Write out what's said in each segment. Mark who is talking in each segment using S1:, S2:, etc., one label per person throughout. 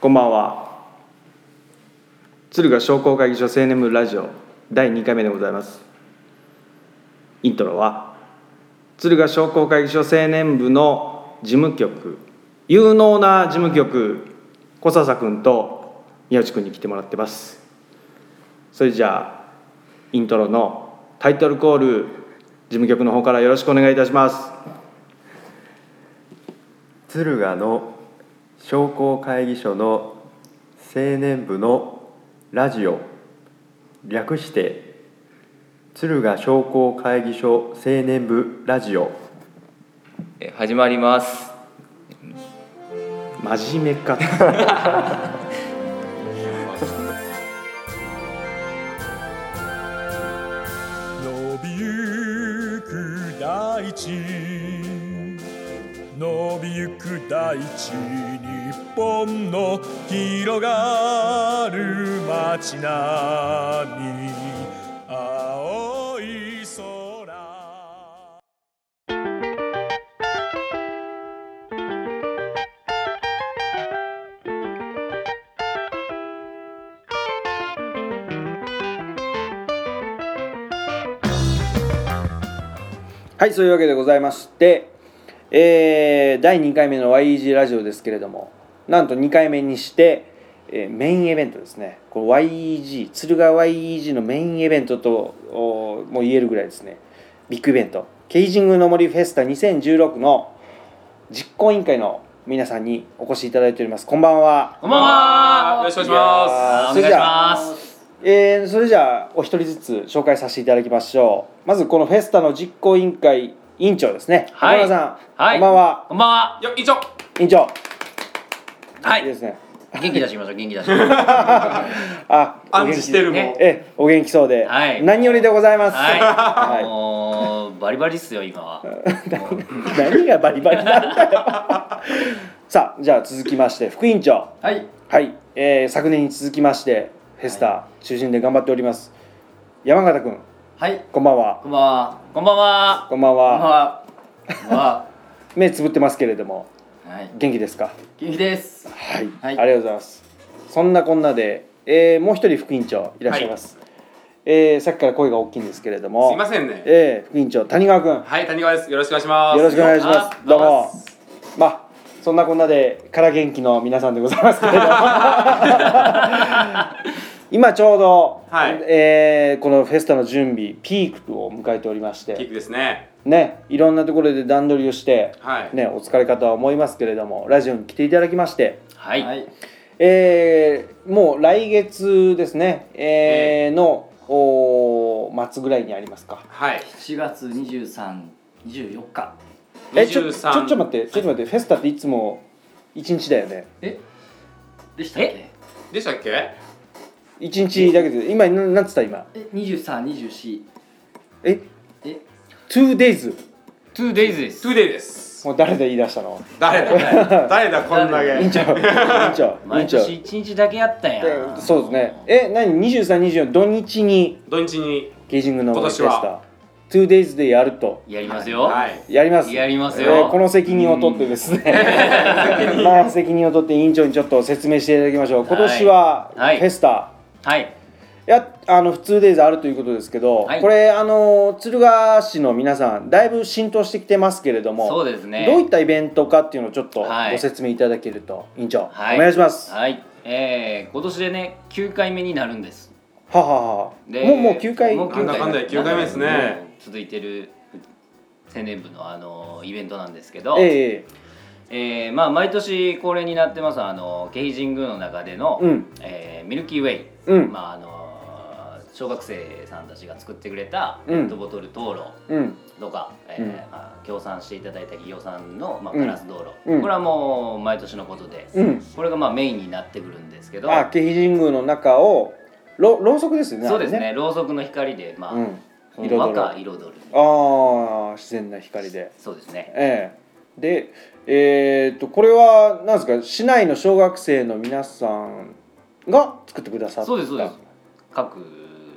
S1: こんばんは敦賀商工会議所青年部ラジオ第2回目でございますイントロは敦賀商工会議所青年部の事務局有能な事務局小笹君と宮内君に来てもらってますそれじゃあイントロのタイトルコール事務局の方からよろしくお願いいたします
S2: 敦賀の商工会議所の青年部のラジオ略して敦賀商工会議所青年部ラジオ
S3: え始まります
S1: 真面目か
S4: 伸びゆく大地伸びゆく大地日本の広がる街並み青い空
S1: はいそういうわけでございまして、えー第2回目の YEG ラジオですけれどもなんと2回目にして、えーメインイベントですねこの YEG 鶴ヶ YEG のメインイベントとおもう言えるぐらいですねビッグイベントケイジングの森フェスタ2016の実行委員会の皆さんにお越しいただいておりますこんばんは
S3: こんばんはよろしくお願いします
S1: いやーそれじゃあ
S3: ます
S1: えーそれじゃあお一人ずつ紹介させていただきましょうまずこのフェスタの実行委員会委員長ですね、
S3: はい
S1: 山田さん、
S3: はい
S1: こんばんは
S3: こんばんはよ以上
S1: 委員長
S3: はい
S1: いいですね
S3: 元気出してみましょう元気出してみましょうは
S1: あお
S5: 暗
S1: 元
S5: 示
S1: 気
S5: してるもん、
S3: ね
S1: ええお元気そうで、
S3: はい
S1: 何よりでございます、
S3: い、
S1: は
S3: もうバリバリっすよ今はもう
S1: い 何がバリバリなんだよさあじゃあ続きまして副委員長
S3: はい
S1: はい、えー昨年に続きましてフェスタ中心で頑張っております山形君
S3: はい
S1: こんばんは
S3: こんばんはこんばんは
S1: こんばんは
S3: はこんばんは
S1: 目つぶってますけれども
S3: はい
S1: 元気ですか
S3: 元気です
S1: はい、
S3: はい
S1: ありがとうございますそんなこんなで、えーもう一人副委員長いらっしゃいます、えーさっきから声が大きいんですけれども
S5: すいませんね
S1: えー副委員長谷川君
S5: はい谷川ですよろしくお願いします
S1: よろしくお願いします。どう
S3: どう
S1: も
S3: も。
S1: まあ、そんなこんなで、から元気の皆さんでございますけれ ども。今ちょうど、
S5: はい
S1: えーこのフェスタの準備ピークを迎えておりまし
S5: キッ
S1: て
S5: クですね
S1: ねいろんなところで段取りをして、
S5: はい
S1: ね、お疲れかとは思いますけれどもラジオに来ていただきまして、
S3: はい、
S1: えーもう来月ですね、えーのおー末ぐらいにありますか
S5: はい
S3: 7月23、24日
S1: えちょちょ
S5: 23
S1: ちょっと待ってちょっと待ってフェスタっていつも1日だよね
S3: でしたっけ
S5: でしたっけ
S1: 一日だけで今ななんつった今
S3: え23、24
S1: え
S3: え
S1: 2days
S3: 2 days です
S5: トゥデイです
S1: もう誰で言い出した の
S5: 誰だ誰だこんだ
S1: 委員
S5: け
S1: 長委員長委員
S3: 毎
S1: 長
S3: 年一日だけやったんや
S1: でそうですねえ何2324土日に
S5: 土日に
S1: ゲージングの
S5: 今
S1: フェス
S5: 年
S1: タ
S5: は
S1: 2days でやると
S3: やりますよ、
S5: はい
S1: やります
S3: やります
S1: え
S3: よ
S1: ーこの責任を取ってですね まあ責任を取って委員長にちょっと説明していただきましょう今年はフ
S3: はい
S1: ェスタ、
S3: はい
S1: いやあの普通デイズあるということですけど、
S3: はい
S1: これあの敦賀市の皆さんだいぶ浸透してきてますけれども
S3: そうですね
S1: どういったイベントかっていうのをちょっと
S3: はい
S1: ご説明いただけると、委員長、
S3: はい
S1: お願いします。は
S3: はい、えー、今年でね9回目になるんです
S1: はは
S3: で
S1: もうもう9回
S3: もう
S5: なんだかんだで9回目ですね
S3: なんだかんだもう続いてる青年部のあのイベントなんですけど、え
S1: ええ
S3: ーまあ、毎年恒例になってますあの慶神宮の中での、
S1: うん
S3: えーミルキーウェイ、
S1: うん
S3: まあ、あの小学生さんたちが作ってくれたペ
S1: うん
S3: ットボトル灯籠
S1: うん
S3: とか、え
S1: うん
S3: ーまあ、協賛していただいた企業さんの、まあ、
S1: うん
S3: ガラス道路、
S1: うん
S3: これはもう毎年のことで、
S1: うん
S3: これがまあメインになってくるんですけど
S1: あ慶比神宮の中をろろうそくですよね
S3: そうです
S1: あれ
S3: ねろうそくの光でまあ、
S1: うん
S3: ほ
S1: 彩る
S3: んまか彩る
S1: ああ自然な光で
S3: そうですね
S1: ええでえー、とこれはなんですか市内の小学生の皆さんが作ってくださった
S3: そうですそうです各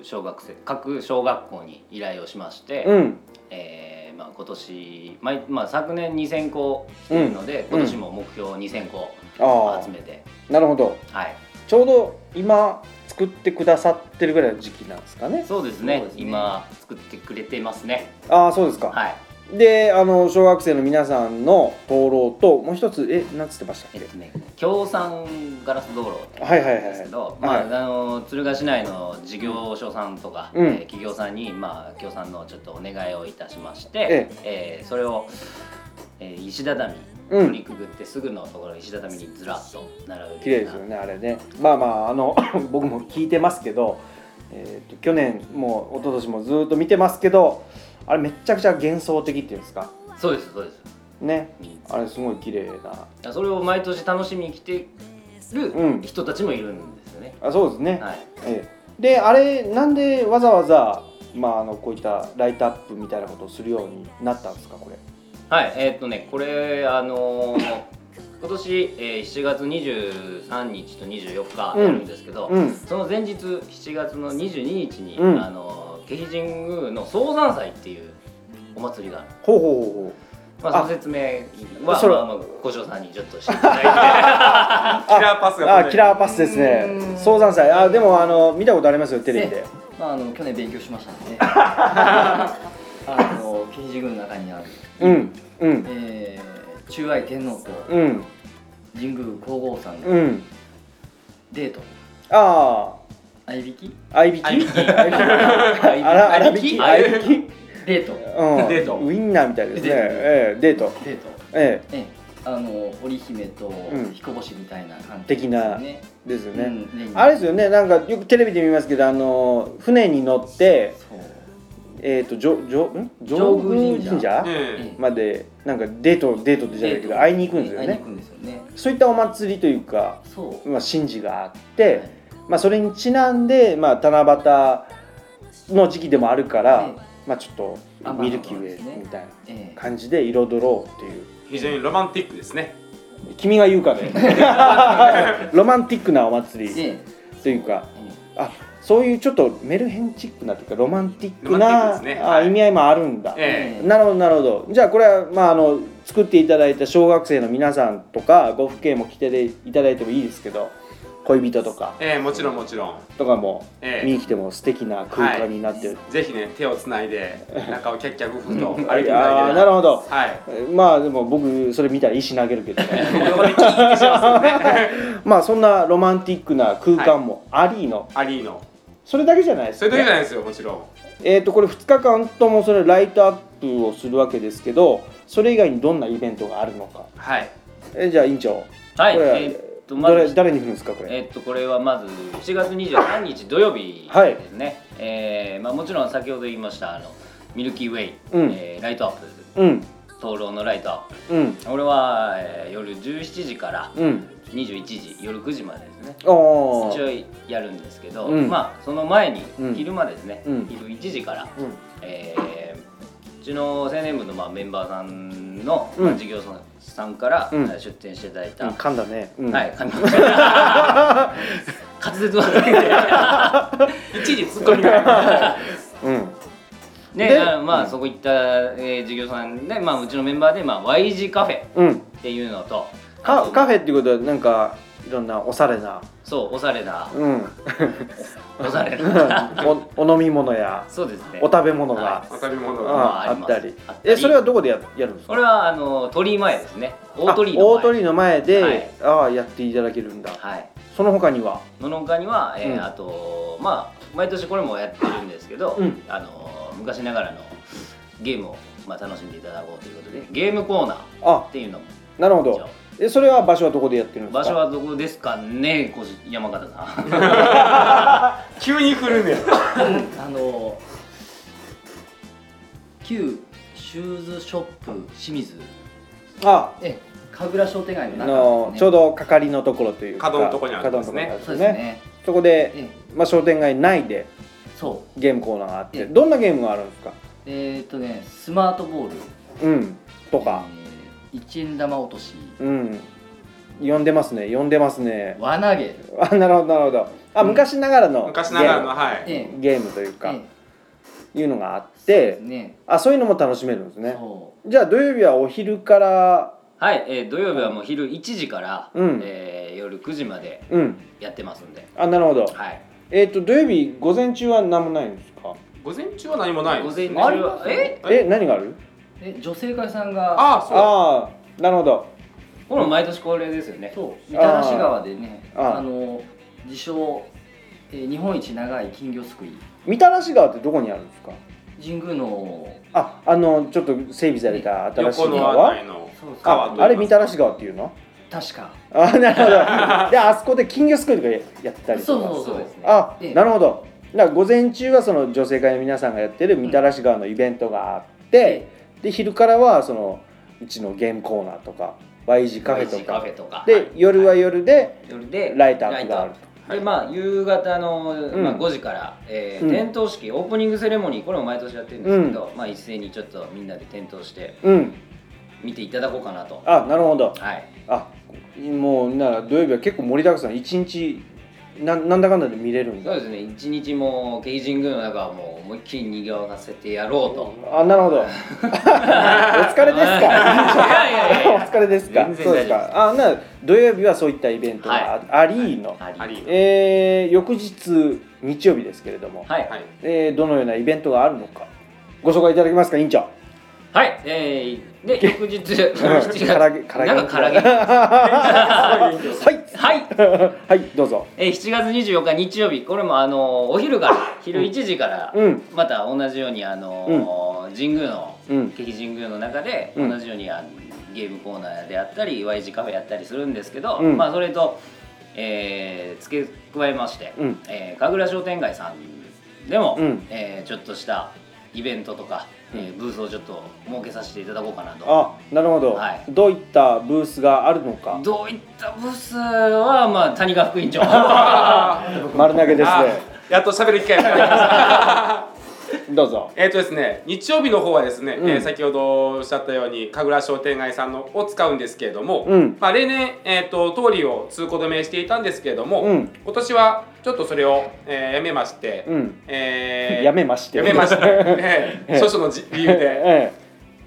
S3: 小学生各小学校に依頼をしまして、
S1: うん
S3: えーまあ、今年、まあまあ、昨年2,000校来てるので、
S1: うん
S3: 今年も目標2,000校
S1: ああ
S3: 集めて
S1: なるほど
S3: はい
S1: ちょうど今作ってくださってるぐらいの時期なんですかね
S3: そうですね
S1: そうですね
S3: 今作ってくれてますね
S1: ああそうですか、
S3: はい
S1: であの小学生の皆さんの灯籠ともう一つえなんつってましたっ
S3: えっ
S1: け
S3: とね京山ガラス道路って
S1: はいはいはい
S3: ですけど、
S1: はい
S3: まああの敦賀市内の事業所さんとか、
S1: うん
S3: えー企業さんにまあ協賛のちょっとお願いをいたしまして、えーそれを、えー石畳
S1: うん
S3: 取りくぐってすぐのところ石畳にずらっと並べる
S1: 綺麗ですよねあれねまあまああの 僕も聞いてますけど、えーと去年も一昨年もずっと見てますけどあれめっちゃくちゃ幻想的っていうんですか
S3: そうですそうです、
S1: ね
S3: うん
S1: あれすごい綺麗な
S3: だそれを毎年楽しみに来てる
S1: うん
S3: 人たちもいるんですよね、
S1: あそうですね、
S3: はい
S1: ええであれなんでわざわざまああのこういったライトアップみたいなことをするようになったんですかこれ
S3: はい、えーっとね、これ、あのー今年、えー7月23日と24日やるんですけど、
S1: うん
S3: その前日7月の22日に、
S1: うん
S3: あのー下肥神宮の総山祭っていうお祭りがある、
S1: ほうほうほうほう
S3: まあ、
S1: あ
S3: その説明
S1: そ
S3: は
S1: れ
S3: まあまあ小嬢さんにちょっ としていただ
S5: キラーパスが
S1: あキラーパスですね
S3: うん
S1: 早産祭あでもあの見たことありますよテレビで
S6: まあ、あの去年勉強しましたん でねあの慶事軍の中にある、
S1: うんうん
S6: えー中愛天皇と
S1: うん
S6: 神宮皇后さん
S1: う
S6: が
S1: ん
S6: デート
S1: あ
S6: 合いびき
S1: あ合いびき合いびき あら合いびき合いびき
S6: デート
S1: うん
S5: デート
S1: ウインナーみたいですね
S6: デート
S1: ええデート
S6: デート
S1: え
S6: ええあの織姫と
S1: ん
S6: 彦星みたいな関係
S1: 的な
S6: ね
S1: えですよね
S6: うんレイン
S1: あれですよねなんかよくテレビで見ますけどあの船に乗って
S6: そう
S1: えっと上上ん
S6: 上宮神社
S5: うん
S1: までなんかデートデートじゃないけど会いに行くんですよ
S6: 会いに
S1: ね
S6: 行くんですよね
S1: そういったお祭りというか、
S6: そう
S1: まあ、神事があっ
S6: は
S1: て
S6: い、
S1: まあ、それにちなんで、まあ、七夕の時期でもあるから、
S6: ね
S1: まあ、ちょっと
S6: あまあ
S1: ミルキーウェイみたい
S6: ええ
S1: な感じで彩ろうっていう
S5: 非常にロマンティックですね
S1: 君が言うかね ロマンティックなお祭
S6: え
S1: り
S6: え
S1: というか
S6: え
S1: あそういうちょっとメルヘンチックなというかロマンティック
S5: ロマ
S1: な
S5: ンティックですね
S1: あ
S5: はい
S1: 意味合いもあるんだ、
S5: え
S6: え
S1: なるほどなるほどじゃあこれは、まあ、あの作っていただいた小学生の皆さんとかご父兄も来ていただいてもいいですけど恋人とか
S5: えええもちろんもちろん
S1: とかも
S5: ええ
S1: 見に来ても素敵な空間になってる、
S5: ぜひね手をつないで中をキャッキャグフと歩いていただいて
S1: ああなるほど
S5: はい
S1: まあでも僕それ見たら石投げるけど ね
S5: ここでキーッてしますよね
S1: まあそんなロマンティックな空間もありの、
S5: アリーノ
S1: それだけじゃないです
S5: そういう時じゃ
S1: ね
S5: ないですよもちろん
S1: えっ、とこれ2日間ともそれライトアップをするわけですけどそれ以外にどんなイベントがあるのか
S5: はい
S1: えじゃあ委員長
S3: はい
S1: これ
S3: えーっとまず
S1: 誰誰に振るんですかこれ、
S3: えっとこれはまず7月23日土曜日
S1: はい
S3: ですね、えーまあ、もちろん先ほど言いましたあのミルキーウェイ、
S1: うん
S3: えーライトアップ
S1: うん
S3: 灯籠のライトアップ
S1: うん
S3: 俺は、えー夜17時から
S1: うん
S3: 21時夜9時までですね
S1: お
S3: 一
S1: ー
S3: 応やるんですけど、
S1: うん
S3: まあその前に
S1: うん
S3: 昼間ですね、
S1: うん
S3: 昼1時から、
S1: うん
S3: えーうちの青年部のまあメンバーさんの、
S1: うん
S3: まあ、事業者さんから、
S1: うん
S3: えー出展していただいた、
S1: 噛んだね、うん
S3: はい神々 滑舌悪い一時突っ込 みが
S1: うん
S3: ね
S1: で
S3: あのまあそこ行った、えー、事業者さんで、まあ、うちのメンバーで、まあ、Y 字カフェっ
S1: うん
S3: ていうのとあ
S1: カ
S3: と
S1: カフェっていうことはなんかいろんなおしゃれな
S3: そうおしゃれな
S1: うん
S3: おしゃれな
S1: おお飲み物や
S3: そうですね
S1: お食べ物が
S5: わかり物
S1: あ
S5: が
S3: ま
S1: あ
S3: ああり
S1: っ
S3: ます
S1: たり
S3: あったり
S1: えそれはどこでややるんです
S3: こ
S1: か
S3: れはあの鳥居前ですね大鳥居
S1: あ
S3: の
S1: 大鳥居
S3: 前
S1: の前で、
S3: はい
S1: ああやっていただけるんだ
S3: はい
S1: その他には
S3: ののんかには、えー
S1: うん
S3: あとまあ毎年これもやってるんですけど、
S1: うん
S3: あの昔ながらのゲームを、まあ、楽しんでいただこうということでゲームコーナー
S1: あ
S3: っていうのも
S1: なるほ
S3: 一
S1: ど
S3: 応
S1: えそれは場所はどこでやってるんですか
S3: 場所はどこですかねこじ山形さ ん
S5: 急に振るね
S6: あの旧シューズショップ清水
S1: あ
S6: ええ神楽商店街の中
S1: あの、
S6: ですね
S1: ちょうど係のところというか
S5: 角のとこにあるんですね
S1: 角のとこ
S6: そうです
S1: にあるんですね
S6: ね
S1: そこで、
S6: え
S1: まあ、商店街内で
S6: えそう
S1: ゲームコーナーがあって
S6: ええ
S1: どんなゲームがあるんですか
S6: えーっとねスマートボール
S1: うんとか
S6: えー一円玉落とし
S1: うん呼んでますね呼んでますね
S6: 輪投げ
S1: あなるほどなるほどあ
S6: うん
S1: 昔ながらの
S5: 昔ながらのは
S6: え
S1: ゲ
S5: い
S1: ー
S6: え
S1: ムゲームというか、
S6: え
S1: いうのがあっ
S6: え
S1: て
S6: ね
S1: あそういうのも楽しめるんですね
S6: そ
S1: じゃあ土曜日はお昼から
S3: はい、えー土曜日はもう昼1時から、
S1: うん
S3: えー夜9時まで
S1: うん
S3: やってますんで、
S1: あなるほど
S3: はい、
S1: えっ、と土曜日午前中は何もないんですか
S5: 午前中は何もない
S3: 午
S5: で
S3: 前
S5: すね
S3: 中
S7: ありま
S3: は
S7: す
S3: え
S1: え何がある
S7: え女性会さんが
S5: ああそうだ
S1: ああなるほど
S3: これも毎年恒例ですよね
S7: そうみたらし川でね
S1: あー
S7: あの自称、えー日本一長い金魚すくい
S1: みたらし川ってどこにあるんですか
S7: 神宮の
S1: ああのちょっと整備された新しい
S5: 横
S1: 川
S5: のあたりの
S7: そうそう
S5: 川と
S1: あ
S5: いいますか
S1: あれみたらし川っていうの
S7: 確か
S1: あなるほどであそこで金魚すくいとかやったりとか
S7: そうそうそう
S3: そうですね
S1: あ
S7: ええ
S1: なるほどだから午前中はその女性会の皆さんがやってるみたらし川のイベントがあって、で昼からはそのうちのゲームコーナーとか Y 字カフェと
S3: Y 字カ
S1: か
S3: フェとか
S1: で、
S3: はい
S1: 夜は夜で
S3: 夜で
S1: ライトアップがある
S3: ライトアップでまあ夕方の、
S1: ん
S3: まあ、5時から、えー
S1: うん
S3: 点灯式オープニングセレモニーこれも毎年やってるんですけど、まあ、一斉にちょっとみんなで点灯して
S1: うん
S3: 見ていただこうかなと
S1: あなるほど
S3: はい
S1: あもうなら土曜日は結構盛りだくさん一日ななんだかんだで見れるん
S3: そう
S1: だ
S3: ですね一日も慶神宮の中はもう思いっきりにぎわせてやろうと、
S1: あなるほど お疲れですか
S3: いやいやい や
S1: お疲れですか
S3: 全然
S1: そうです
S3: 大丈夫
S1: かあなら土曜日はそういったイベントがあありの、
S3: あ
S5: あり
S1: えー翌日日曜日ですけれども、
S3: はい
S5: はい
S1: えーどのようなイベントがあるのかご紹介いただけますか委員長
S3: はい、えー、で 翌日7
S1: 唐
S3: 月
S1: 揚げ唐揚げ
S3: なんか唐揚げ
S1: はい
S3: はい、
S1: はいどうぞ
S3: えー、7月24日日曜日これもあのーお昼から昼1時から、
S1: うん
S3: また同じようにあのー神宮の
S1: うん
S3: 劇神宮の中で
S1: うん
S3: 同じようにあのゲームコーナーであったり Y 字カフェやったりするんですけど、
S1: うん
S3: まあそれと、えー付け加えまして、
S1: うん
S3: えー神楽商店街さんでも、
S1: うん
S3: えーちょっとしたイベントとか、えーブースをちょっと設けさせていただこうかなと
S1: あなるほど、
S3: はい
S1: どういったブースがあるのか
S3: どういったブスはまあ谷川副 院長は
S1: 丸投げです
S5: あ
S1: ね
S5: やっと喋る機会がありました
S1: どうぞ
S5: えーとですね、日曜日の方はですね、
S1: うん
S5: えー先ほどおっしゃったように神楽商店街さんのを使うんですけれども、
S1: うん
S5: まあ、例年、えー、と通りを通行止めしていたんですけれども、
S1: うん
S5: 今年はちょっとそれを、えーやめまして、
S1: うん
S5: えー
S1: やめまして
S5: や めまして、え
S1: え
S5: ー、少々のじ理由で
S1: え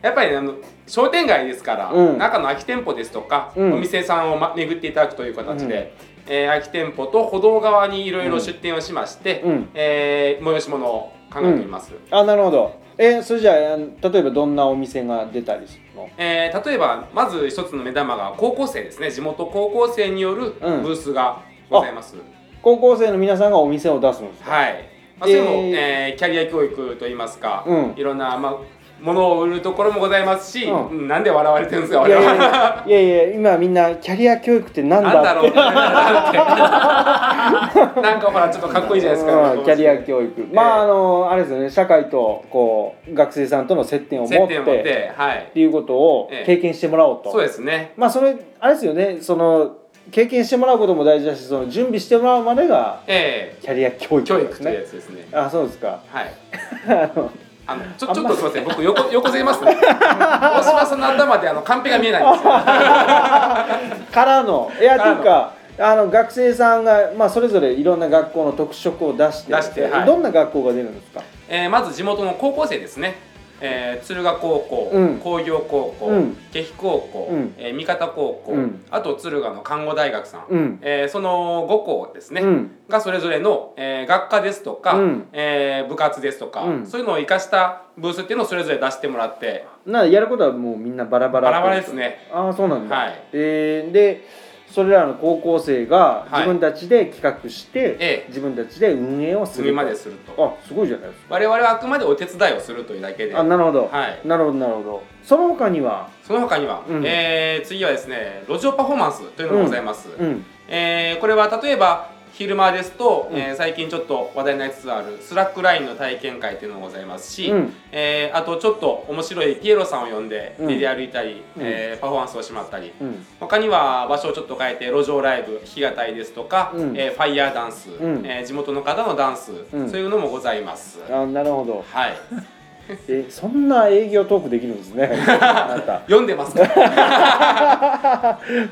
S5: やっぱりねあの商店街ですから、
S1: うん
S5: 中の空き店舗ですとか、
S1: うん
S5: お店さんを、ま、巡っていただくという形で、えー空き店舗と歩道側にいろいろ出店をしまして、
S1: うん
S5: えー催し物を考えています。
S1: えあなるほどえそれじゃああの例えばどんなお店が出たりするの
S5: えー例えばまず一つの目玉が高校生ですね地元高校生によるブ
S1: うん
S5: ースがございます、
S1: 高校生の皆さんがお店を出すんですか
S5: はい、まあ、それも、
S1: え
S5: え
S1: ー
S5: ーキャリア教育といいますか、
S1: うん
S5: いろんな、まあ、ものを売るところもございますし、
S1: うん
S5: うんなんで笑われてるんですか
S1: い
S5: 我
S1: やい
S5: 々
S1: やいやいやいや今みんなキャリア教育ってなん
S5: なんだ
S1: だっ
S5: ろ
S1: て
S5: うねなんかほらちょっとかっこいいじゃないですか、
S1: うんキャリア教育、まああのあれですよね社会とこう学生さんとの接点を持
S5: 接
S1: っ
S5: 点
S1: て
S5: を持ってはい
S1: っていうことを
S5: ええ
S1: 経験してもらおうと、
S5: そうですね
S1: まあそれあれですよねその経験してもらうことも大事だしその準備してもらうまでが
S5: え
S1: キャリア教
S5: ー、教
S1: 育で
S5: 育
S1: す
S5: というや
S1: ね
S5: つですね
S1: あそうですか
S5: はい
S1: あの
S5: あのちょちょっとすみません僕横横ず れますね大島さんの頭であのカンペが見えないんですよ
S1: からのいやと
S5: から
S1: い
S5: の
S1: うかあの学生さんが、まあ、それぞれいろんな学校の特色を出して
S5: 出してはい
S1: どんな学校が出るんですか
S5: えーまず地元の高校生ですね、えー敦賀高校、
S1: うん
S5: 工業高校、
S1: うん
S5: 下飛高校、
S1: うん
S5: えー三方高校、
S1: うん
S5: あと敦賀の看護大学さん、
S1: うん
S5: えーその5校ですね、
S1: うん
S5: がそれぞれの、えー学科ですとか、
S1: うん
S5: えー部活ですとか、
S1: うん
S5: そういうのを生かしたブースっていうのをそれぞれ出してもらって、
S1: なやることはもうみんなバラバラ
S5: バラバラですね
S1: ああそうなんだ、
S5: はい
S1: えーでそれらの高校生が
S5: はい
S1: 自分たちで企画して、
S5: ええ
S1: 自分たちで運営をす
S5: そ
S1: る
S5: れまですると。
S1: あすごいじゃないです
S5: 我々はあくまでお手伝いをするというだけで
S1: かあなるほど、
S5: はい
S1: なるほどなるほどその他には
S5: その他には、
S1: うん
S5: えー次はですね路上パフォーマンスというのがございます、
S1: うん
S5: えーこれは例えば昼間ですと、
S1: うん
S5: えー最近ちょっと話題になりつつあるスラックラインの体験会というのもございますし、
S1: うん
S5: えーあとちょっと面白いピエロさんを呼んで
S1: うん
S5: 練り歩いたり、
S1: うん
S5: えーパフォーマンスをしまったり、
S1: うん
S5: 他には場所をちょっと変えて路上ライブ弾き語りですとか、
S1: うん
S5: えーファイヤーダンス、
S1: ん
S5: えー地元の方のダンス、
S1: うん
S5: そういうのもございます。
S1: あなるほど
S5: はい
S1: えそんな営業トークできるん ですねあなた
S5: 読んでますから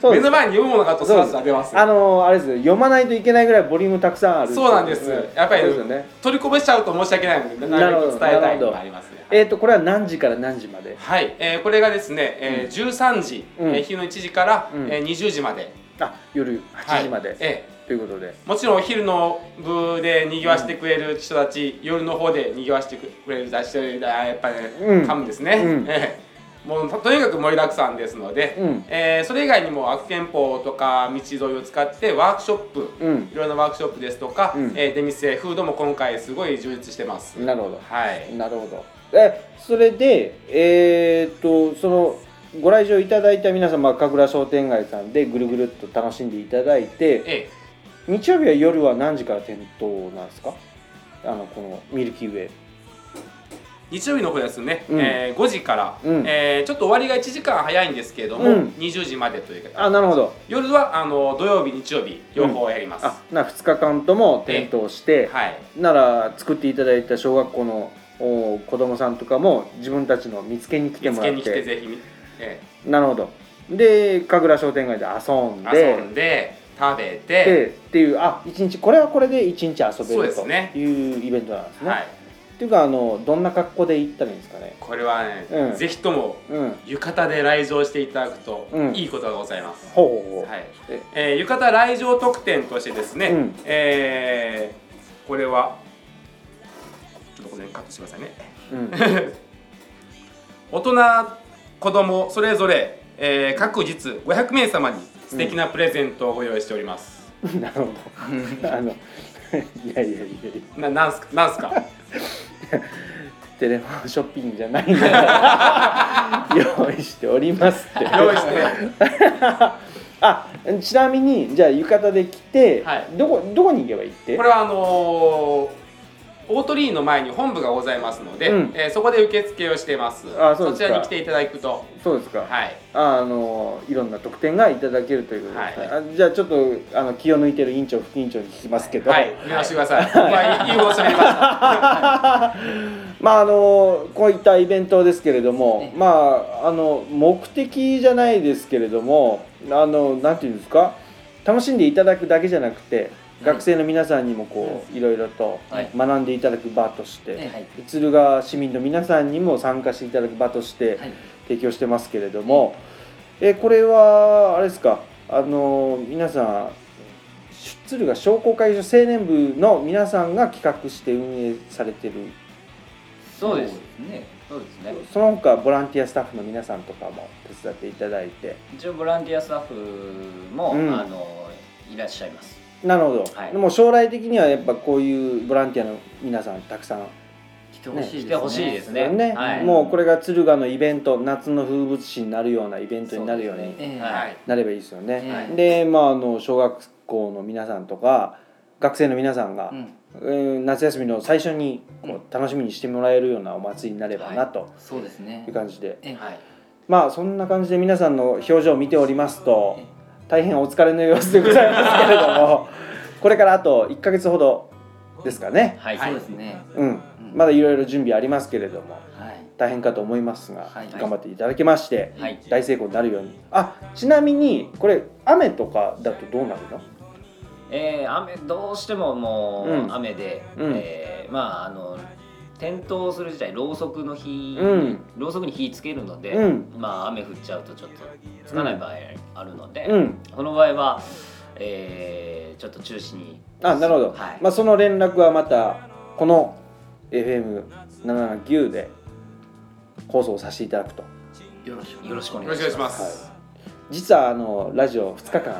S1: そう
S5: 目
S1: です
S5: の前に読むものがあるとスラスラ出ます
S1: あのあれですね読まないといけないぐらいボリュームたくさんある
S5: そうなんですやっぱり
S1: そうですよね
S5: 取りこぼしちゃうと申し訳ないので
S1: な
S5: な
S1: るほ
S5: るべ
S1: ど
S5: く伝えたいのがありますね
S1: えっ、とこれは何時から何時まで
S5: はい、えーこれがですね、えー13時、
S1: うん
S5: えー昼の1時から、
S1: うん
S5: えー20時まで、
S1: あ夜
S5: はい
S1: 8時まで、
S5: ええ
S1: ということで
S5: もちろんお昼の部でにぎわしてくれる人たち、夜の方でにぎわしてくれる人たちやっぱり、ね
S1: うん
S5: 噛むんですね、
S1: うん
S5: ええもうとにかく盛りだくさんですので、
S1: うん
S5: えーそれ以外にも悪店舗とか道沿いを使ってワークショップ、
S1: うん
S5: いろんなワークショップですとか、
S1: うん
S5: えー出店フードも今回すごい充実してます、
S1: なるほど
S5: はい
S1: なるほどえそれでえーっとそのご来場いただいた皆様神楽商店街さんでぐるぐるっと楽しんでいただいて
S5: ええ
S1: 日曜日は夜は何時から点灯なんですかあのこのミルキーウェイ
S5: 日曜日の方ですね、
S1: うん
S5: えー5時から、
S1: うん
S5: えーちょっと終わりが1時間早いんですけれども、
S1: うん
S5: 20時までという形
S1: あなるほど
S5: 夜はあの土曜日日曜日両方やります、
S1: あな2日間とも点灯して、
S5: はい
S1: なら作っていただいた小学校のお子供さんとかも自分たちの見つけに来て
S5: 見
S1: も
S5: つ
S1: ら
S5: け
S1: っ
S5: に
S1: て
S5: 来てぜひ、え
S1: なるほどで神楽商店街で遊ん
S5: え
S1: で
S5: 遊んで食べて、
S1: でっていうあ一日これはこれで一日遊べ
S5: そう
S1: る
S5: ですね
S1: というイベントなんですね。
S5: はい、
S1: っていうかあのどんな格好で行ったらいいんですかね。
S5: これはね、
S1: うん
S5: ぜひとも
S1: うん。
S5: 浴衣で来場していただくと、
S1: うん
S5: いいことがございます、
S1: ほうほうほう。
S5: はい
S1: え
S5: えー浴衣来場特典としてですね、
S1: うん
S5: えーこれはちょっとこれカットしてくださいね
S1: うん。
S5: 大人子供それぞれ、えー各日500名様に素敵なプレゼントをご用意しております、
S1: なるほど。あのいやいやいやいや
S5: ななんすかなん すか
S1: テレフォンショッピングじゃないんだから 用意しておりますって。
S5: 用意して
S1: あちなみにじゃあ浴衣で来て、
S5: はい
S1: どこどこに行けばいいって
S5: これはあのー大鳥居の前に本部がございますので、
S1: うん
S5: えーそこで受付をしています
S1: あそうですか
S5: ちらに来ていただくと
S1: そうですか、
S5: はい
S1: ああのいろんな特典がいただけるということですね、
S5: は
S1: あじゃあちょっとあの気を抜いてる委員長副委員長に聞きますけど、
S5: はい見直してください、僕はいいこと喋りました
S1: まああのこういったイベントですけれども、まああの目的じゃないですけれどもあのなんていうんですか楽しんでいただくだけじゃなくて学生の皆さんにもこう、いろいろと
S8: はい
S1: 学んでいただく場として、
S8: ええはい
S1: 鶴ヶ市民の皆さんにも参加していただく場として
S8: はい
S1: 提供してますけれども、えこれはあれですかあの皆さん鶴ヶ商工会議所青年部の皆さんが企画して運営されてる
S8: そうですねそうですね
S1: その他ボランティアスタッフの皆さんとかも手伝っていただいて
S3: 一応ボランティアスタッフも、
S1: うん
S3: あのいらっしゃいます
S1: なるほど、
S3: はい
S1: でも将来的にはやっぱこういうボランティアの皆さんたくさん、
S8: 来てほしいですね
S3: 来てほしいですね
S1: ね
S3: はい、
S1: もうこれが敦賀のイベント夏の風物詩になるようなイベントになるよう
S8: え
S1: に
S8: え
S3: はい
S5: はい
S1: なればいいですよね。
S8: はい
S1: でまああの小学校の皆さんとか学生の皆さんが、
S8: うん
S1: えー夏休みの最初にこう楽しみにしてもらえるようなお祭りになればなと
S8: そうですね
S1: いう感じで。
S8: ええ
S3: はい
S1: まあそんな感じで皆さんの表情を見ておりますと大変お疲れの様子でございますけれど もこれからあと1ヶ月ほどですかね、
S3: はい、
S8: そうですね
S1: うん、まだいろいろ準備ありますけれども
S8: はい
S1: 大変かと思いますが、
S8: はい
S1: 頑張っていただきまして、
S3: はい
S1: 大成功になるようにあちなみにこれ雨とかだとどうなるの
S3: えー雨どうしてももう、
S1: うん
S3: 雨で、
S1: うん
S3: えーまああの点灯する自体ろうそくの火に、
S1: うん
S3: ろうそくに火つけるので、
S1: うん
S3: まあ雨降っちゃうとちょっとつかない場合あるので、
S1: うん
S3: この場合は、えーちょっと中止に
S1: あなるほど、
S3: はい
S1: まあ、その連絡はまたこの FM79 で放送させていただくと
S8: よろしく
S3: よろしくお
S5: よろ
S3: 願い
S5: しくお願い
S3: し
S5: し
S3: ま
S5: ますす、
S1: 実はあのラジオ2日間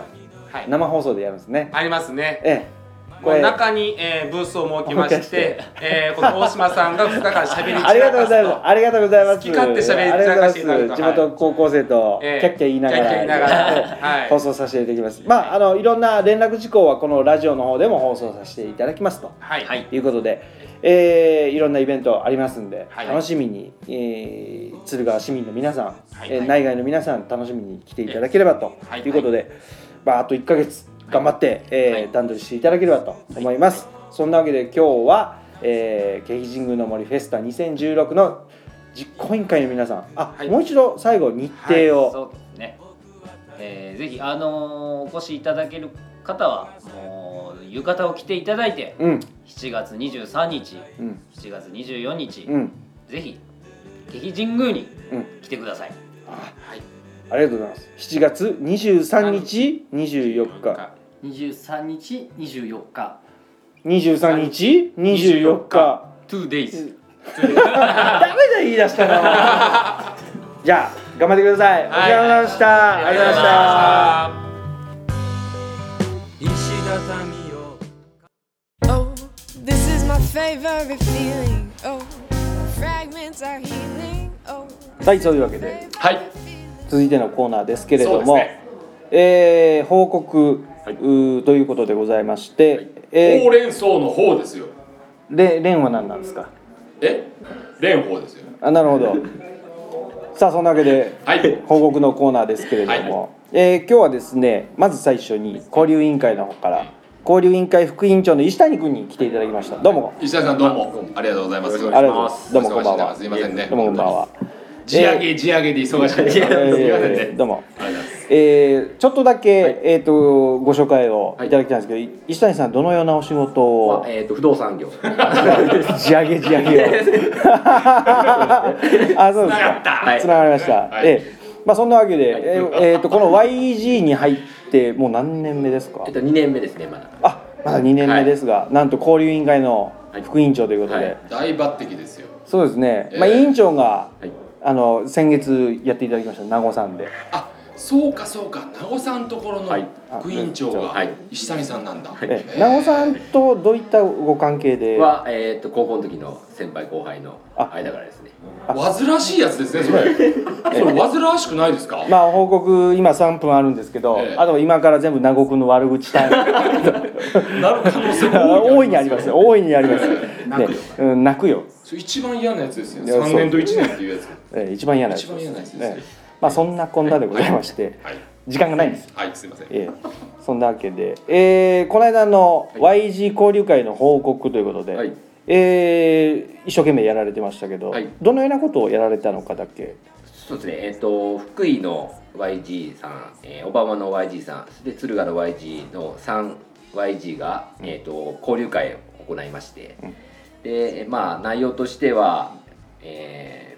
S5: はい
S1: 生放送でやるんですね。
S5: ありますね
S1: え
S5: この中に、えーブースを設けましてえーこの大島さんが2日間しゃべ
S1: え、
S5: り散
S1: あ
S5: らかすと
S1: りがとうございます。ありがとうございます。
S5: 好き勝手喋り
S1: ありがとうございます
S5: 散らかしていただくとはい
S1: 地元高校生とキ
S5: え
S1: ャ
S5: え
S1: ッキャ言いなが
S5: キャッキャ言いながら
S1: ら
S5: は
S1: ええ
S5: い
S1: 放送させていただきます。まああのいろんな連絡事項はこのラジオの方でも放送させていただきますと
S5: はい、
S3: はい
S1: いうことで、えーいろんなイベントありますんで
S5: はい
S1: 楽しみに、えー鶴川市民の皆さん、
S5: はい
S1: えー内外の皆さん楽しみに来ていただければと
S5: はい
S1: いうことで、まああと1ヶ月頑張って、えー
S3: はい
S1: 段取りしていただければと思います。そんなわけで今日はえー、慶喜神宮の森フェスタ2016の実行委員会の皆さんあ、
S5: はい
S1: もう一度最後日程を、
S3: そうですね、えー、ぜひあのーお越しいただける方はもう浴衣を着ていただいて
S1: うん
S3: 7月23日
S1: うん
S3: 7月24日、
S1: うん
S3: ぜひ敵神宮に
S1: うん
S3: 来てください、
S1: ありがとうございます7月23日24日
S8: 23日24日
S1: 23日24日
S3: 2days
S1: ダメだ言い出した なじゃあ頑張ってください、お疲れ様でしたありがとうございました
S9: Oh, this is my favorite feeling. Oh, fragments are healing. Oh,
S1: はいそういうわけで
S9: babe,
S5: はい
S1: 続いてのコーナーですけれど
S5: そ
S1: も、
S5: うですね
S1: えー報告、
S5: はいう
S1: ーということでございまして、え
S5: ほうれん草の方ですよ
S1: ー、れ蓮は何なんですか
S5: え蓮舫ですよ
S1: あなるほど さあそんなわけで、
S5: はい
S1: 報告のコーナーですけれども、えー今日はですねまず最初に交流委員会の方から交流委員会副委員長の石谷君に来ていただきましたどうも
S10: 石田さんどうもありがとうございます。
S1: ありがとうございますどうもこんばんは
S10: お忙しい中すいませんね。
S1: どうもこんばんは
S10: 地上げ地上げで忙しい。
S1: えー
S10: すいませんね。
S1: どうも
S10: ありがとうございます
S1: えーちょっとだけ、えー、とご紹介をいただきたいんですけど、石谷さんどのようなお仕事を、
S11: えっ、と不動 産業。
S1: 地上げ地上げをあそうですか
S11: はい
S1: つながりました、ええまあそんなわけで、ええーとこの YG に入ってもう何年目ですか
S11: えっ、と2年目ですねまだ。
S1: あまだ2年目ですが、なんと交流委員会の副委員長ということで、
S11: はい
S10: 大抜擢ですよ。
S1: そうですね、まあ、
S10: ええ
S1: 委員長が
S11: はい。
S1: あの先月やっていただきました名護さんで
S10: あ、そうかそうか。名護さんところの
S11: はい
S10: 副委員長が
S11: はい
S10: 石谷さんなんだ。
S1: ええ名護さんとどういったご関係で
S11: はえっ、と高校の時の先輩後輩の間からですね。
S10: 煩わしいやつですね。それ。それ煩わしくないですか。
S1: まあ報告今3分あるんですけど、
S10: ええ
S1: あと今から全部名護君の悪口タイム
S10: なる可能性も
S1: 大いにありますよ大いにありますよ、ねうん、泣くよ、
S10: それ一番嫌なやつですよ。
S1: いやそう
S10: 三年と一年っていうやつ。
S1: えー一番嫌なやつ
S10: 一番嫌なやつです
S1: ええまあそんなこんなでございまして、
S10: はい
S1: 時間がないんです、
S10: はいすいません。
S1: ええそんなわけで、えーこの間の YG 交流会の報告ということで、
S11: はい
S1: えー一生懸命やられてましたけど、
S11: はい
S1: どのようなことをやられたのかだけ
S11: そうですねえっ、と福井の YG さん、えー、小浜の YG さんそして敦賀の YG の 3YG が、えっ、と交流会を行いまして、でまあ内容としては、え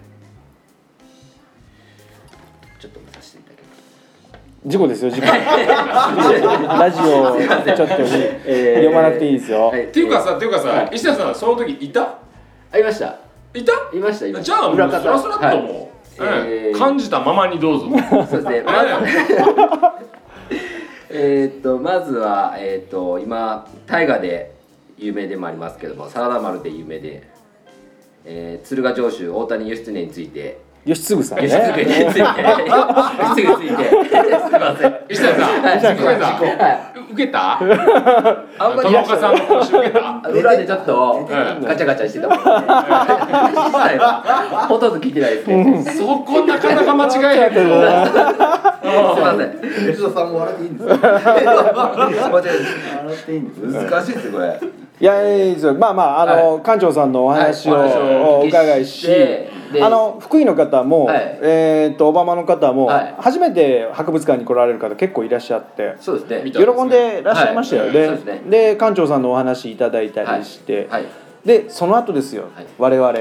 S11: ー、ちょっと見させていただきます。
S1: 事故ですよ事故ラジオちょっと、読まなくていいですよ、
S11: はい
S10: っていうかさ、っていうかさ
S11: は、い
S10: 石谷さんその時いた？
S11: ありました。
S10: いた？
S11: いましたいました
S10: じゃあもう
S11: 裏
S10: そ
S11: 方
S10: らそらっと
S11: はい
S10: もう
S11: は
S10: え
S11: いえ
S10: え
S11: ー
S10: 感じたままにどうぞ。
S11: そうですね。まず えーっとまずはえーっと今大河で有名でもありますけども、サラダ丸で有名で、えー、鶴ヶ城主大谷義経について。
S1: 吉 嗣さん
S11: 義経に
S1: ね
S11: ついて。義経について。すみません。
S10: 石谷さん、石谷さん
S11: は
S10: 受けた？
S11: い。あんま
S10: 田
S11: り
S10: 中さんの講習受けた？
S11: 裏でちょっとガチャガチャしてたもんね。実際はほとんど聞いてないですね。
S10: そこなかなか間違えへんけど。
S11: すみません。
S8: 吉田さんも笑っていいんです か笑っていいんですか
S11: 難しいですこれ。
S1: いやいやいいですよまあまああの、館長さんのお話を
S11: はいお話を
S1: お伺いし、
S11: で
S1: あの福井の方も、
S11: はい
S1: えっとオバマの方も、
S11: はい
S1: 初めて博物館に来られる方結構いらっしゃって
S11: そうですね。
S10: 見た
S1: 喜んでらっしゃいましたよね、
S11: はいそうですね
S1: で館長さんのお話いただいたりして、
S11: はい。
S1: でその後ですよ、
S11: はい
S1: 我々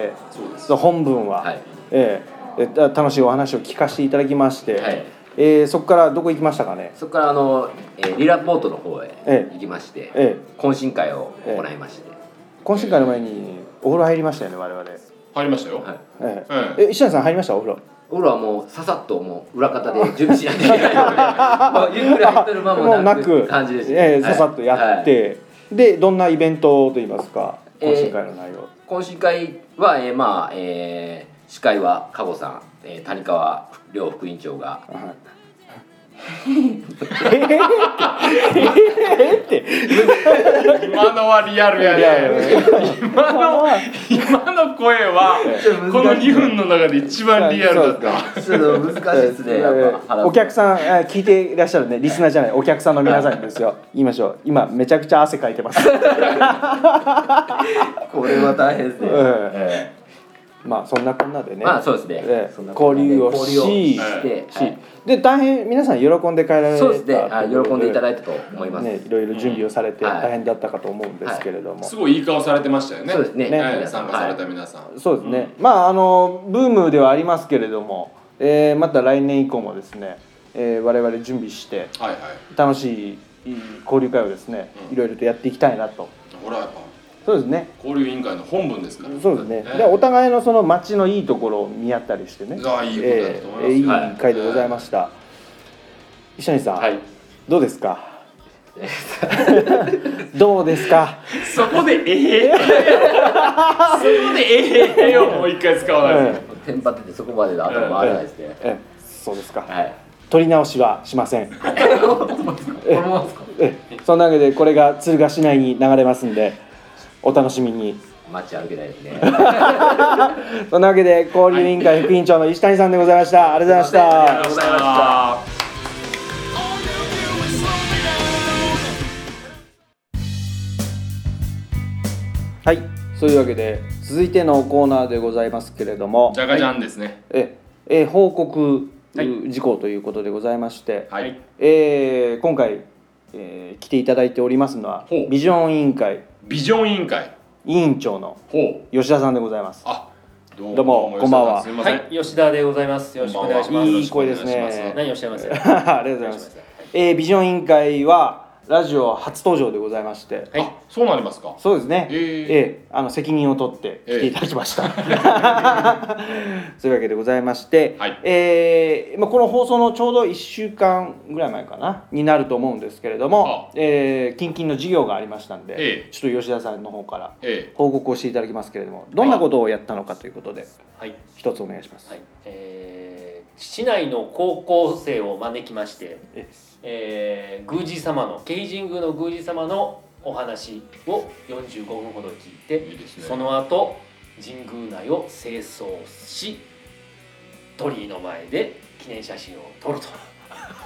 S1: の本文は、
S11: はい
S1: えええた楽しいお話を聞かせていただきまして、
S11: はい
S1: えーそこからどこ行きましたかね
S11: そこからあの、えーリラポートの方へ
S1: ええ
S11: 行きまして、
S1: え
S11: 懇親会を行いまして、
S1: 懇親会の前にお風呂入りましたよね我々、え
S10: 入りましたよ。
S11: はい。
S1: え
S10: え
S1: え石谷さん入りましたお風呂
S11: お風呂はもうささっともう裏 方で準備しないといけないので、もうゆっくり入ってる間
S1: も
S11: も
S1: う
S11: な
S1: な
S11: く
S1: く
S11: 感じです、
S1: ええ
S11: は
S1: さ
S11: い
S1: さっとやっ、
S11: はい
S1: て、でどんなイベントといいますか
S11: え
S1: 懇
S11: え
S1: 親会の内容、
S11: 懇親会は、えーまあ、えー司会は加護さん、えー谷川両副委員長が
S1: はいええってええって
S10: 今のはリアルやね今の今の声はこの2分の中で一番リアルだった
S12: ちょっと難しい ですねやっぱ原田さん
S1: お客さんあ聞いていらっしゃるねリスナーじゃないお客さんの皆さんにですよ言いましょう今めちゃくちゃ汗かいて ます、
S12: これは大変ですね、
S1: うん、
S12: え
S1: まあそんなこんなでね、
S11: まあそうですね
S1: ええ
S12: そんなこんな
S1: 交
S12: で
S1: 流を
S11: 交流を
S1: し
S11: して、
S1: し
S11: はい
S1: で大変皆さん喜んで帰られた
S11: そうですねはい
S1: とうこと
S11: 喜んでいただいたと思います、
S1: ねいろいろ準備をされて
S11: うんはい
S1: 大変だったかと思うんですけれども、
S10: すごいいい顔されてましたよね
S11: そうですね
S10: はい
S11: 皆さ
S10: 参
S11: ん
S10: 加された皆さん、
S1: そうですね、まああのブームではありますけれども、えーまた来年以降もですね、えー我々準備して
S10: はいはい
S1: 楽しい交流会をですね、
S10: うん
S1: いろいろとやっていきたいなと
S10: ほらやっぱ
S1: そうですね
S10: 交流委員会の本文ですから
S1: そうですね、
S10: ええ
S1: でお互いのその街のいいところを見合ったりしてね
S10: ああいいことだと思いますよ
S1: ええいい会でございました、石谷さん、
S11: はい
S1: どうです かどうですか
S10: そこでえ えそこでええをもう一回使わないと、
S11: テンパっててそこまでの頭回らないですね、
S1: ええそうですか
S11: はい
S1: 取り直しはしません
S11: このままですか
S1: ええそんなわけでこれが敦賀市内に流れますんでお楽しみに
S11: 街歩けないですね
S1: そんなわけで交流委員会副委員長の石谷さんでございましたありがとうございました、
S10: ありがとうございました
S1: はい、そういうわけで続いてのコーナーでございますけれども
S10: じゃがじゃんですね
S1: ええ報告
S10: はい
S1: 事項ということでございまして、
S10: はい、
S1: えー今回、えー来ていただいておりますのは
S10: ほう
S1: ビジョン委員会
S10: ビジョン委員会
S1: 委員長の
S10: ほう
S1: 吉田さんでございます。
S10: あどう
S1: どうもこんばんは
S10: すみません、
S12: 吉田でございますよ
S10: こんばんはい
S1: い声ですね
S10: よろしくお願いします
S12: をおっしゃいます
S1: ありがとうございます。えービジョン委員会はラジオ初登場でございまして、
S10: あそうなりますか
S1: そうですね。
S10: え
S1: え
S10: ー
S1: えあの責任を取って来ていただきま した。 そういうわけでございまして、
S10: はい
S1: えーまあこの放送のちょうど1週間ぐらい前かなになると思うんですけれども、えー、近々の事業がありましたんで、
S10: ええ
S1: ちょっと吉田さんの方から
S10: え
S1: 報告をしていただきますけれども、どんなことをやったのかということで、
S3: はい、
S1: 一つお願いします。
S3: はいえー市内の高校生を招きまして
S1: え、
S3: えー宮司様の慶神宮の宮司様のお話を45分ほど聞いて
S10: えいいですね
S3: その後神宮内を清掃し鳥居の前で記念写真を撮る と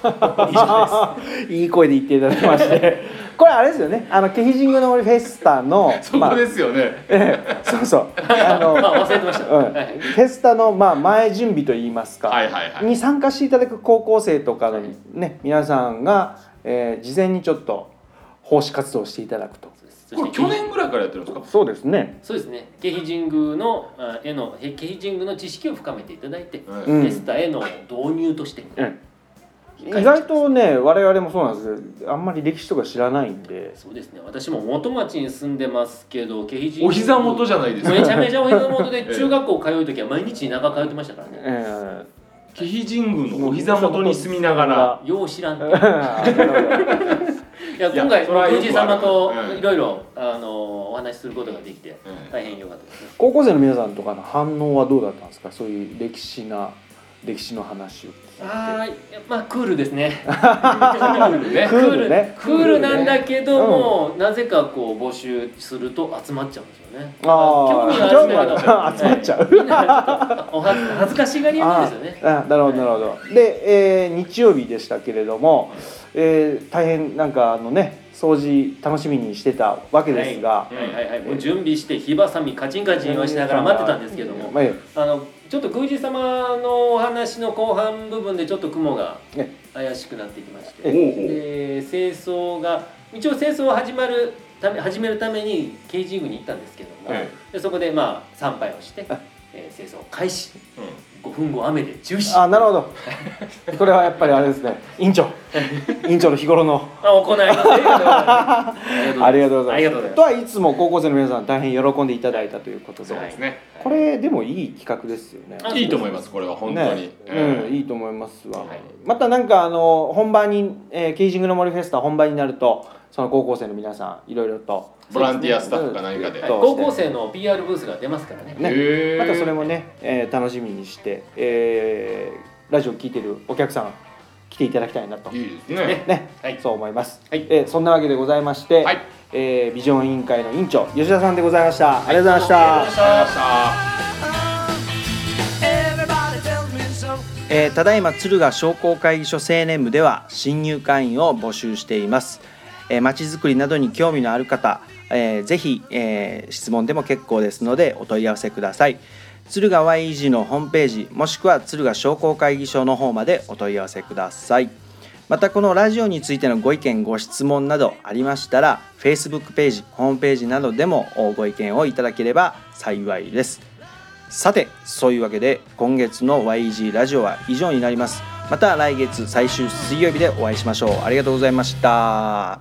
S3: 以上で
S1: いい声で言っていただきまして、これあれですよね、あのケヒジングの森フェスタの、
S10: そ
S1: まあ
S10: こですよね、
S1: ええそうそう、あの
S3: す、まあ、忘れてました、
S1: うん
S3: はい
S1: フェスタのまあ前準備といいますか、
S10: はいはいはい
S1: に参加していただく高校生とかのね皆さんが、えー事前にちょっと奉仕活動をしていただくと
S3: そ
S10: こ
S3: して
S10: れ去年ぐらいからやってるんですか
S1: そうですね
S3: そうですね慶比神宮のあへのへ慶比神宮の知識を深めていただいて、
S10: はい
S1: うん
S3: テスタへの導入として、
S1: うん意外とね我々もそうなんですよあんまり歴史とか知らないんで
S3: そうですね私も元町に住んでますけど慶比神宮
S10: お膝元じゃないです
S3: めち
S10: か
S3: ゃめちゃお膝元で
S10: ええ
S3: 中学校通う時は毎日田舎通ってましたから
S1: え
S3: ね
S1: ー
S10: 紀伊神宮のお膝元に住みながら
S3: よう知らんって
S1: あーなるほど
S3: いや今回
S10: それはよくある
S3: 宮司様と
S10: うん
S3: いろいろあのお話しすることができて
S10: うん
S3: 大変良かったですね
S1: 高校生の皆さんとかの反応はどうだったんですかそういう歴史な歴史の話を聞いて
S3: あーいやまあクールですねク
S1: クールね
S3: クールなんだけど
S1: うん
S3: も、なぜかこう募集すると集まっちゃうんですよね
S1: あー
S3: 興味があるんだ
S1: 興味
S3: けど
S1: が 集まっちゃう
S3: はいみんなちょ っとおは恥ずかしがり屋なんですよね
S1: ああなるほどなるほどで、えー日曜日でしたけれども、えー大変なんかあのね掃除楽しみにしてたわけですが、
S3: はいはいはい、もう準備して火ばさみカチンカチンはしながら待ってたんですけども、
S1: まあえ
S3: あのちょっと宮司様のお話の後半部分でちょっと雲が
S1: え
S3: 怪しくなってきまして、
S1: え
S3: で清掃が一応清掃を始まるため始めるために慶神宮に行ったんですけども、
S10: え
S3: でそこでまあ参拝をして、えー清掃開始、5分後雨で中
S1: あ
S3: 止
S1: なるほ どこれはやっぱりあれですね院長院長の日頃の
S3: あ行いま
S1: ありがとうございます
S3: ありがとうございます
S1: とはいつも高校生の皆さん大変喜んでいただいたということで、
S3: はい
S10: ですね
S1: これでもいい企画ですよね
S3: あ
S10: いいと思いますこれは本当に
S1: ね、
S10: え
S1: うん、いいと思いますわ、
S3: はい
S1: またなんかあの本番に、えー、ケージングの森フェスタ本番になるとその高校生の皆さんいろいろと
S10: ボランティアスタッフか何かで、
S3: す高校生の PR ブースが出ますからね
S1: ね
S10: へー
S1: またそれもね、えー楽しみにして、えーラジオ聞いてるお客さん来ていただきたいなと
S10: いいですね
S1: ね、
S3: はい
S1: そう思います、
S3: はい
S1: えーそんなわけでございまして、
S10: はい
S13: えービジョン委員会の委員長吉田さんでございましたありがとうございました、
S9: Everybody tells me so.
S1: えーただいま敦賀商工会議所青年部では新入会員を募集していますえーまち、づくりなどに興味のある方、えーぜひ、えー質問でも結構ですのでお問い合わせください敦賀 YEG のホームページもしくは敦賀商工会議所の方までお問い合わせくださいまたこのラジオについてのご意見ご質問などありましたら Facebook ページホームページなどでもおご意見をいただければ幸いですさてそういうわけで今月の YG ラジオは以上になりますまた来月最終水曜日でお会いしましょうありがとうございました